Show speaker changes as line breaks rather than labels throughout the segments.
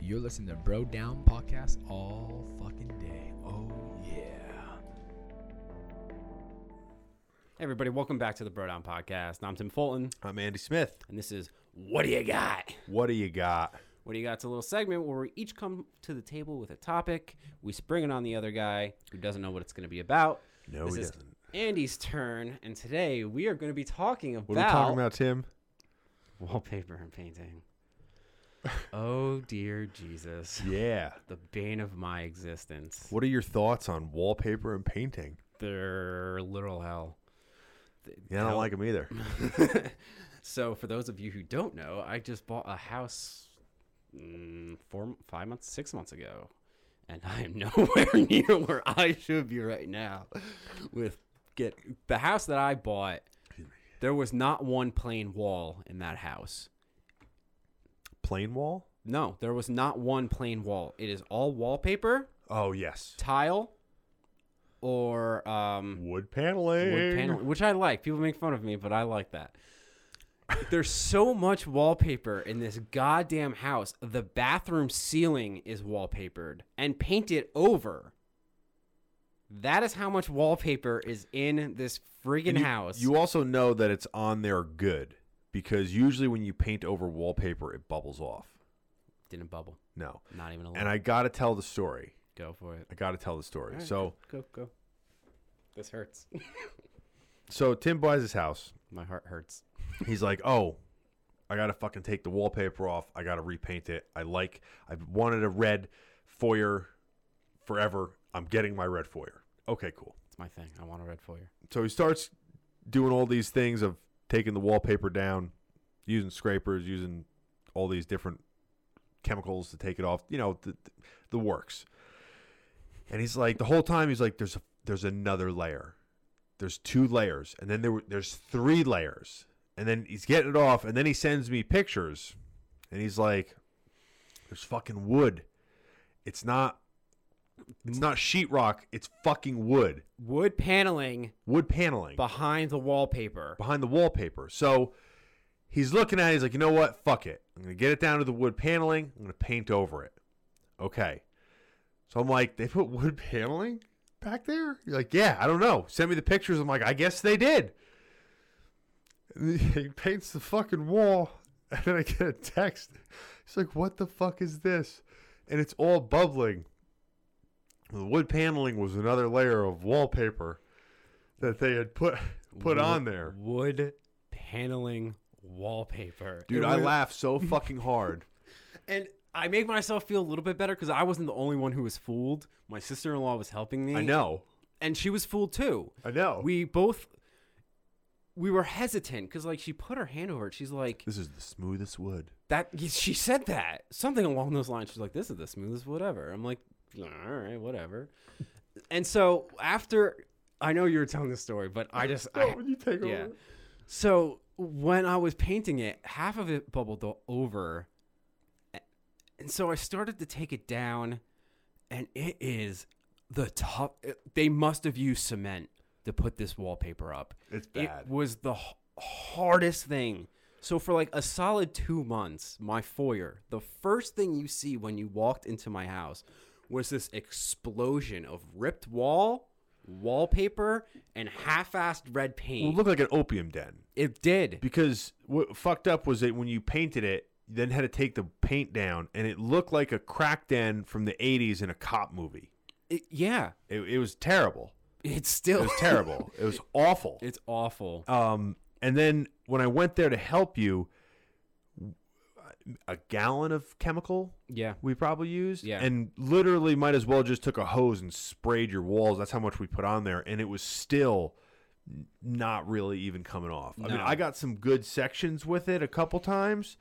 You're listening to Bro Down Podcast all fucking day. Oh, yeah.
Hey everybody, welcome back to the Bro Down Podcast. I'm Tim Fulton,
I'm Andy Smith.
and this is What Do You Got?
What do you got?
What Do You Got? It's a little segment where we each come to the table with a topic. We spring it on the other guy who doesn't know what it's going to be about.
No,
This
he
is
doesn't.
Andy's turn, and today we are going to be talking about,
What are we talking about, Tim?
wallpaper and painting. oh dear Jesus,
Yeah.
the bane of my existence.
What are your thoughts on wallpaper and painting?
They're literal hell.
Yeah, I don't
Hell.
like them either.
So, for those of you who don't know, I just bought a house mm, four, five months, six months ago, and I am nowhere near where I should be right now. With get the house that I bought, there was not one plain wall in that house.
Plain wall?
No, there was not one plain wall. It is all wallpaper,
Oh yes.
tile, or um,
Wood paneling.
wood paneling, which I like. People make fun of me, but I like that. There's so much wallpaper in this goddamn house. The bathroom ceiling is wallpapered and painted over. That is how much wallpaper is in this friggin'
And you-
house.
You also know that it's on there good because usually when you paint over wallpaper, it bubbles off.
didn't bubble.
No.
Not even a little.
And I got to tell the story.
go for it.
I got to tell the story.
All right,
So,
go go. This hurts.
so Tim buys his house.
My heart hurts.
he's like, "Oh, I gotta fucking take the wallpaper off. I gotta repaint it. I like. I've wanted a red foyer forever. I'm getting my red foyer. Okay, cool.
It's my thing. I want a red foyer.
So he starts doing all these things of taking the wallpaper down, using scrapers, using all these different chemicals to take it off. You know, the, the works. And he's like, the whole time he's like, "There's a, there's another layer. There's two layers, and then there were there's three layers." And then he's getting it off, and then he sends me pictures, and he's like, "There's fucking wood. It's not." It's not sheetrock. It's fucking wood.
Wood paneling
Wood paneling
behind the wallpaper.
behind the wallpaper. So he's looking at it. He's like, you know what? Fuck it. I'm going to get it down to the wood paneling. I'm going to paint over it. Okay. So I'm like, they put wood paneling back there? You're like, yeah, I don't know. Send me the pictures. I'm like, I guess they did. And he paints the fucking wall. And then I get a text. He's like, what the fuck is this? And it's all bubbling. The wood paneling was another layer of wallpaper that they had put put
Wo-
on there.
Wood paneling wallpaper.
Dude,
It
I
was-
laugh so fucking hard.
And I make myself feel a little bit better because I wasn't the only one who was fooled. My sister in law was helping me.
I know.
And she was fooled too.
I know.
We both. We were hesitant because, like, she put her hand over it. She's like,
this is the smoothest wood.
"That." She said that something along those lines. She's like, "This is the smoothest whatever." I'm like, "All right, whatever." And so after, I know you were telling this story, but I just, I,
you take
yeah. So when I was painting it, half of it bubbled o- over. A- And so I started to take it down, and it is the top. They must have used cement to put this wallpaper up.
It's
It was the h- hardest thing. So for like a solid two months, my foyer, the first thing you see when you walked into my house was this explosion of ripped wall, wallpaper, and half-assed red paint.
Well, it looked like an opium den
It did.
because what fucked up was that when you painted it, you then had to take the paint down, and it looked like a crack den from the '80s in a cop movie.
It- yeah,
It, it was terrible.
it's
It
still
was terrible. it was awful.
it's awful.
Um, and then when I went there to help you, a gallon of chemical
Yeah,
we probably used.
Yeah.
And literally might as well just took a hose and sprayed your walls. That's how much we put on there. And it was still n- not really even coming off. I mean,
No.
I got some good sections with it a couple times,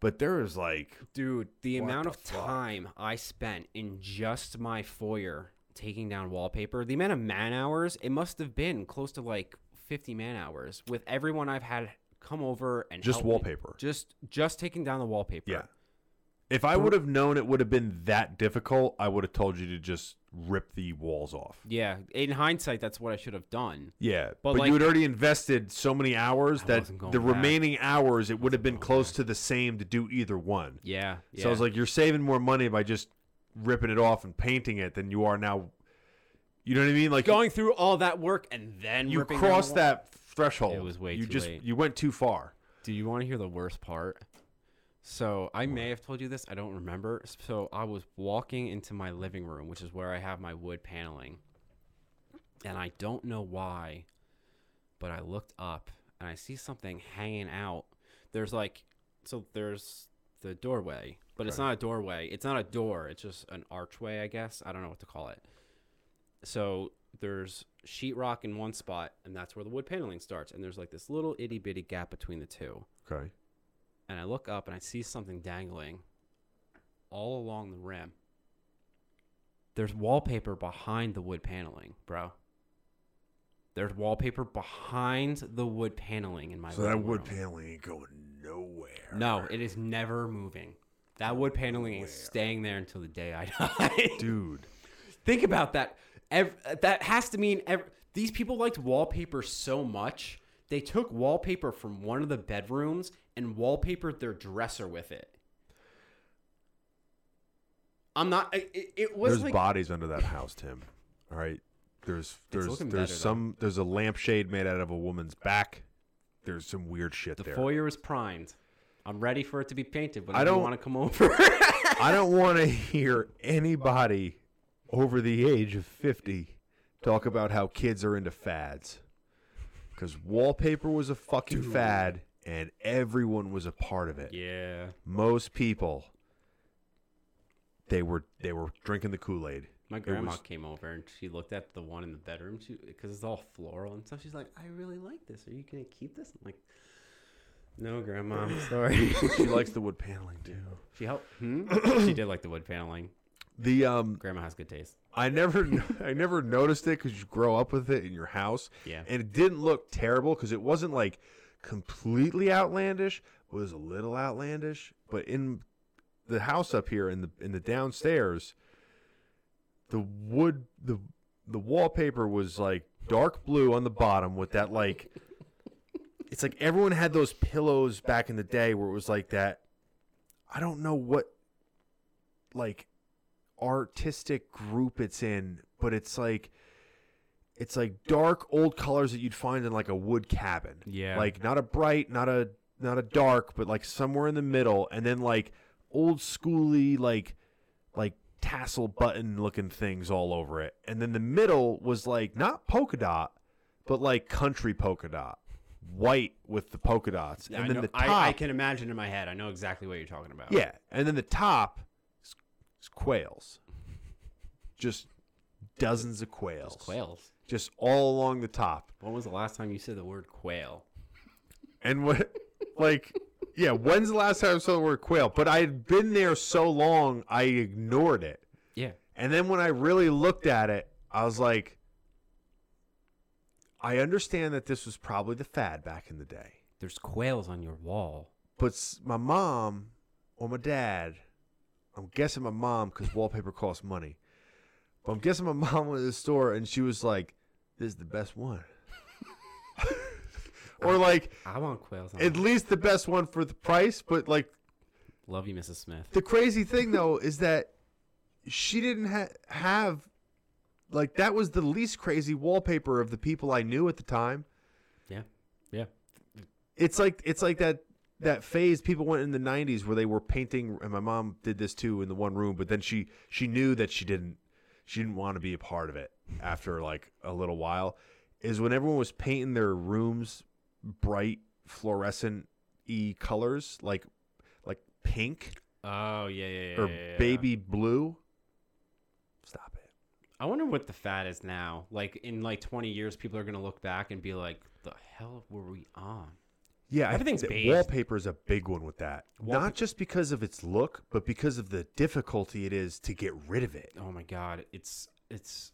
but there was like
dude, the
What
amount
the
of
fuck?
time I spent in just my foyer taking down wallpaper, the amount of man hours, it must have been close to like 50 man hours with everyone I've had come over and
just
help me.
wallpaper.
Just just taking down the wallpaper.
Yeah. If I would have known it would have been that difficult, I would have told you to just rip the walls off.
Yeah, in hindsight, that's what I should have done.
Yeah,
But,
but,
like-
you had already invested so many hours
I
that
wasn't going
the
back.
remaining hours it would have been close to the same to do either one.
Yeah, yeah.
So I was like, you're saving more money by just ripping it off and painting it than you are now. You know what I mean? Like
going through all that work and then
you
ripping down the
crossed
wall?
that threshold.
It was way
You
too
just
late.
you went too far.
Do you want to hear the worst part? So I may have told you this. I don't remember. So I was walking into my living room, which is where I have my wood paneling, and I don't know why, but I looked up and I see something hanging out. There's like, so there's the doorway, but it's
Right.
not a doorway. It's not a door. It's just an archway, I guess. I don't know what to call it. So there's sheetrock in one spot, and that's where the wood paneling starts. And there's like this little itty bitty gap between the two
Okay.
and I look up and I see something dangling all along the rim. There's wallpaper behind the wood paneling, bro. There's wallpaper behind the wood paneling in my
So that
living
wood
room.
paneling ain't going nowhere.
No, it is never moving. That wood paneling is staying there until the day I die.
dude.
Think about that. Ev- that has to mean ev- these people liked wallpaper so much. They took wallpaper from one of the bedrooms and wallpapered their dresser with it. I'm not. I- It, it was
There's
like
bodies under that house, Tim. All right. There's there's
looking
there's
better, though.
some there's a lampshade made out of a woman's back. There's some weird shit
the
there.
foyer is primed. I'm ready for it to be painted. But
I
I don't
don't-
want to come over.
I don't want to hear anybody over the age of 50 talk about how kids are into fads. Because wallpaper was a fucking fad and everyone was a part of it.
yeah,
Most people, they were they were drinking the Kool Aid.
my grandma
was-
came over and she looked at the one in the bedroom because it's all floral and stuff. She's like, "I really like this. Are you gonna keep this?" I'm like, "No, grandma. I'm sorry."
She likes the wood paneling too.
She hmm? helped. she did like the wood paneling.
The um,
Grandma has good taste.
I never I never noticed it because you grow up with it in your house.
Yeah.
And it didn't look terrible because it wasn't like completely outlandish. It was a little outlandish, but in the house up here in the in the downstairs, the wood the the wallpaper was like dark blue on the bottom with that like it's like everyone had those pillows back in the day where it was like that I don't know what like artistic group it's in, but it's like it's like dark old colors that you'd find in like a wood cabin.
Yeah.
Like not a bright, not a not a dark, but like somewhere in the middle and then like old schooly like like tassel button looking things all over it. And then the middle was like not polka dot, but like country polka dot. White with the polka dots. and then the top
I, I can imagine in my head. I know exactly what you're talking about.
yeah, and then the top is, is quails. Just dozens of quails.
Those quails.
Just all along the top.
When was the last time you said the word quail?
And what like yeah, when's the last time I saw the word quail? But I had been there so long I ignored it.
Yeah.
And then when I really looked at it, I was like I understand that this was probably the fad back in the day.
There's quails on your wall.
But s- my mom or my dad, I'm guessing my mom because wallpaper costs money. But I'm guessing my mom went to the store and she was like, "This is the best one," or like
I want quails on
at
my
least the best one for the price. But like
Love you, Mrs. Smith.
the crazy thing though is that she didn't ha- have like that was the least crazy wallpaper of the people I knew at the time.
Yeah. Yeah.
it's like it's like that that phase people went in the 90s where they were painting and my mom did this too in the one room but then she she knew that she didn't she didn't want to be a part of it after like a little while is when everyone was painting their rooms bright fluorescent e colors like like pink
Oh yeah yeah yeah.
or
yeah, yeah.
baby blue stop it
I wonder what the fad is now. Like in like 20 years, people are gonna look back and be like, "The hell were we on?"
Yeah, I
Everything's
think that
beige.
wallpaper is a big one with that.
Wallpaper-
Not just because of its look, but because of the difficulty it is to get rid of it.
oh my god it's it's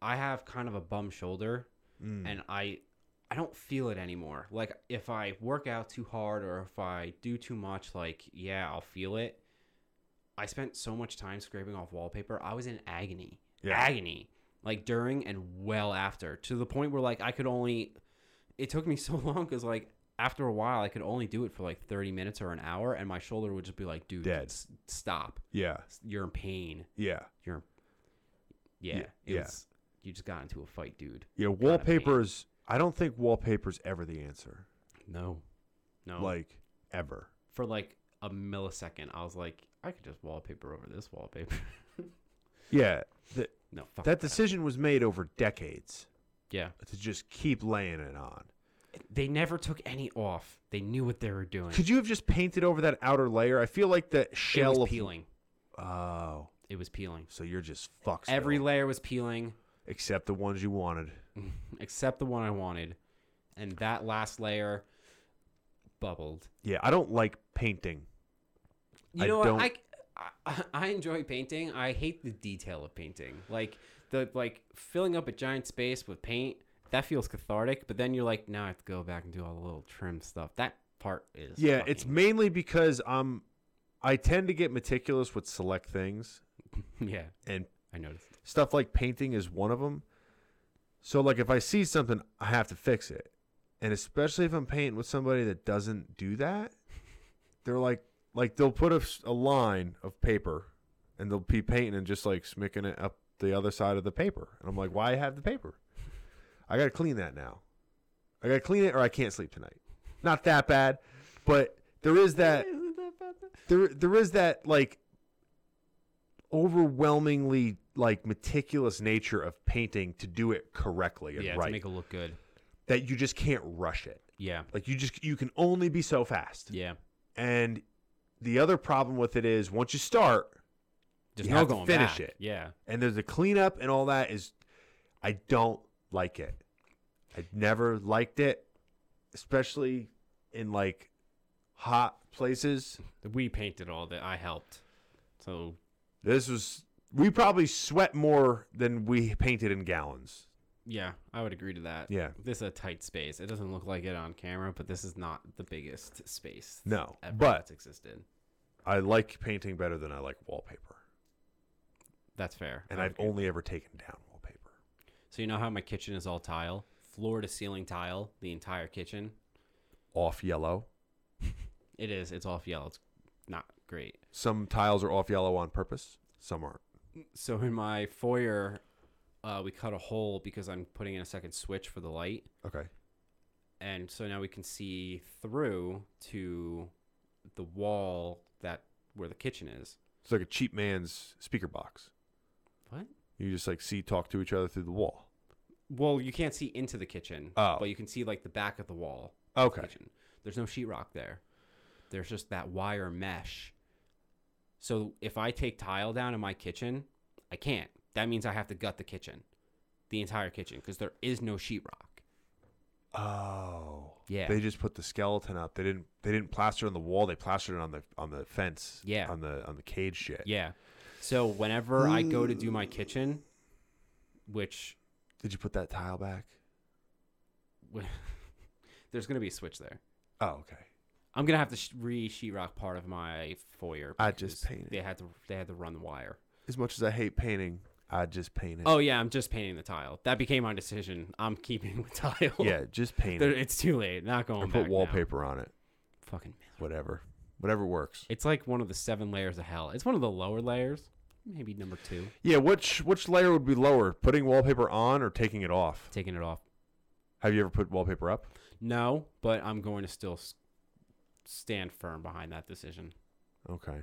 i have kind of a bum shoulder
Mm.
and i i don't feel it anymore like if i work out too hard or if i do too much like yeah i'll feel it I spent so much time scraping off wallpaper. I was in agony,
Yeah.
agony, like during and well after, to the point where like I could only. It took me so long because like after a while I could only do it for like thirty minutes or an hour, and my shoulder would just be like, "Dude,
Dead.
s- stop!
Yeah.
S- You're in pain.
Yeah.
You're, yeah,
Yeah,
it
yeah.
was- you just got into a fight, dude.
Yeah. Wallpaper is. I don't think wallpaper is ever the answer.
No, no,
Like ever.
for like a millisecond, I was like, I could just wallpaper over this wallpaper.
Yeah. th-
no, fuck
that decision was made over decades
Yeah,
to just keep laying it on.
they never took any off. They knew what they were doing.
Could you have just painted over that outer layer? I feel like the
it
shell
was
of
peeling.
Oh,
It was peeling.
so you're just fucks
Every layer was peeling
except the ones you wanted.
except the one I wanted, and that last layer bubbled.
Yeah, I don't like painting.
You
I
know
don't-
what? I, I I enjoy painting. I hate the detail of painting. Like the like filling up a giant space with paint. That feels cathartic, but then you're like, now I have to go back and do all the little trim stuff. That part is
Yeah, it's
fucking-
mainly because um I tend to get meticulous with select things
yeah.
and
I noticed.
stuff like painting is one of them. So like if I see something, I have to fix it. And especially if I'm painting with somebody that doesn't do that, they're like like they'll put a, s- a line of paper and they'll be painting and just like smicking it up the other side of the paper. And I'm like, "Why have the paper? I got to clean that now. I got to clean it or I can't sleep tonight." Not that bad, but there is that
Isn't that bad?
there there is that like overwhelmingly like meticulous nature of painting to do it correctly and
Yeah,
right
to make it look good.
that you just can't rush it
Yeah,
like you just you can only be so fast
yeah.
and the other problem with it is once you start
There's
You
no
have to
going
finish
back.
it.
Yeah,
and there's a cleanup and all that is i don't like it i never liked it especially in like hot places
we painted all that. I helped. So
This was we probably sweat more than we painted in gallons.
yeah, I would agree to that.
Yeah.
this is a tight space. It doesn't look like it on camera, but this is not the biggest space.
No,
ever
but-
that's existed.
I like painting better than I like wallpaper,
That's fair.
and
I
I've
would agree.
only ever taken down wallpaper.
so you know how my kitchen is all tile, floor to ceiling tile, the entire kitchen.
Off yellow.
It is. It's off yellow. It's not great.
Some tiles are off yellow on purpose. Some aren't.
So in my foyer, uh, we cut a hole because I'm putting in a second switch for the light.
Okay.
and so now we can see through to the wall that where the kitchen is.
It's like a cheap man's speaker box.
What?
You just like see talk to each other through the wall.
Well, you can't see into the kitchen,
Oh.
but you can see like the back of the wall. of the
Okay.
Kitchen. There's no sheetrock there. There's just that wire mesh. So if I take tile down in my kitchen, I can't. That means I have to gut the kitchen, the entire kitchen, because there is no sheetrock.
Oh.
Yeah.
They just put the skeleton up. They didn't. They didn't plaster it on the wall. They plastered it on the on the fence.
Yeah.
On the on the cage shit.
Yeah. So whenever I go to do my kitchen, which
Did you put that tile back?
w- there's gonna be a switch there.
Oh, okay.
I'm gonna have to sh- re sheetrock part of my foyer.
I just
because
painted.
They had to they had to run the wire.
As much as I hate painting, I just paint it.
Oh yeah, I'm just painting the tile. That became my decision. I'm keeping the tile.
yeah, just paint
There-
it.
it's too late. Not going
Or
back
put
now.
wallpaper on it.
Fucking. miserable.
Whatever, whatever works.
It's like one of the seven layers of hell. It's one of the lower layers. Maybe number two.
Yeah, which which layer would be lower, putting wallpaper on or taking it off?
Taking it off.
Have you ever put wallpaper up?
No, but I'm going to still s- stand firm behind that decision.
Okay.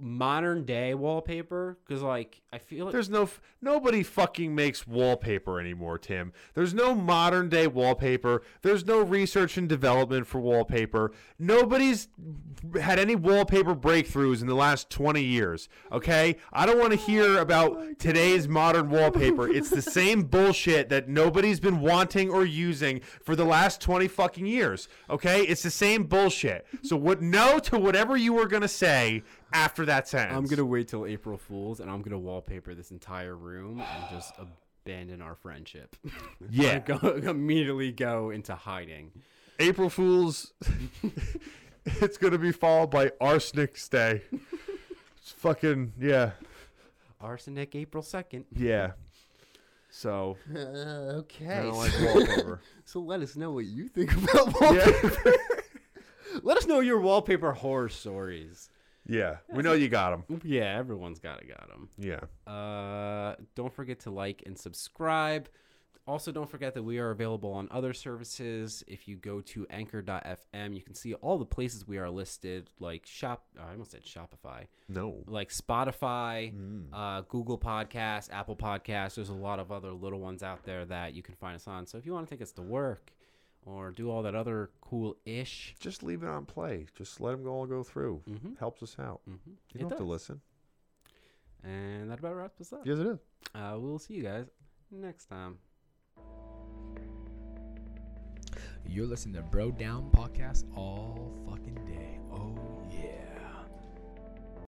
Modern day wallpaper, because like I feel like
There's no f- nobody fucking makes wallpaper anymore, Tim. There's no modern day wallpaper. There's no research and development for wallpaper. Nobody's had any wallpaper breakthroughs in the last 20 years, okay? I don't want to hear about today's modern wallpaper. It's the same bullshit that nobody's been wanting or using for the last 20 fucking years, okay? It's the same bullshit. So what no to whatever you were going to say after that sentence.
I'm gonna wait till April Fools, and I'm gonna wallpaper this entire room and just abandon our friendship.
Yeah.
go, immediately go into hiding.
April Fool's. it's going to be followed by Arsenic's Day. It's fucking yeah,
Arsenic, April 2nd.
yeah. So I
Uh, okay.
don't like wallpaper.
so let us know what you think about wallpaper.
yeah,
Let us know your wallpaper horror stories.
yeah. We know you got them.
Yeah, everyone's got it, got them.
Yeah.
Uh, don't forget to like and subscribe. Also, don't forget that we are available on other services. If you go to anchor.fm, you can see all the places we are listed, like Shop, I almost said Shopify,
No.
like Spotify,
Mm.
uh, Google Podcasts, Apple Podcasts. There's a lot of other little ones out there that you can find us on. So if you want to take us to work or do all that other cool ish,
Just leave it on play. Just let them all go through.
Mhm.
Helps us out.
mm-hmm,
You don't have to listen.
And that about wraps us up.
Yes, it is.
Uh, we'll see you guys next time.
You're listening to Bro Down Podcast all fucking day. Oh.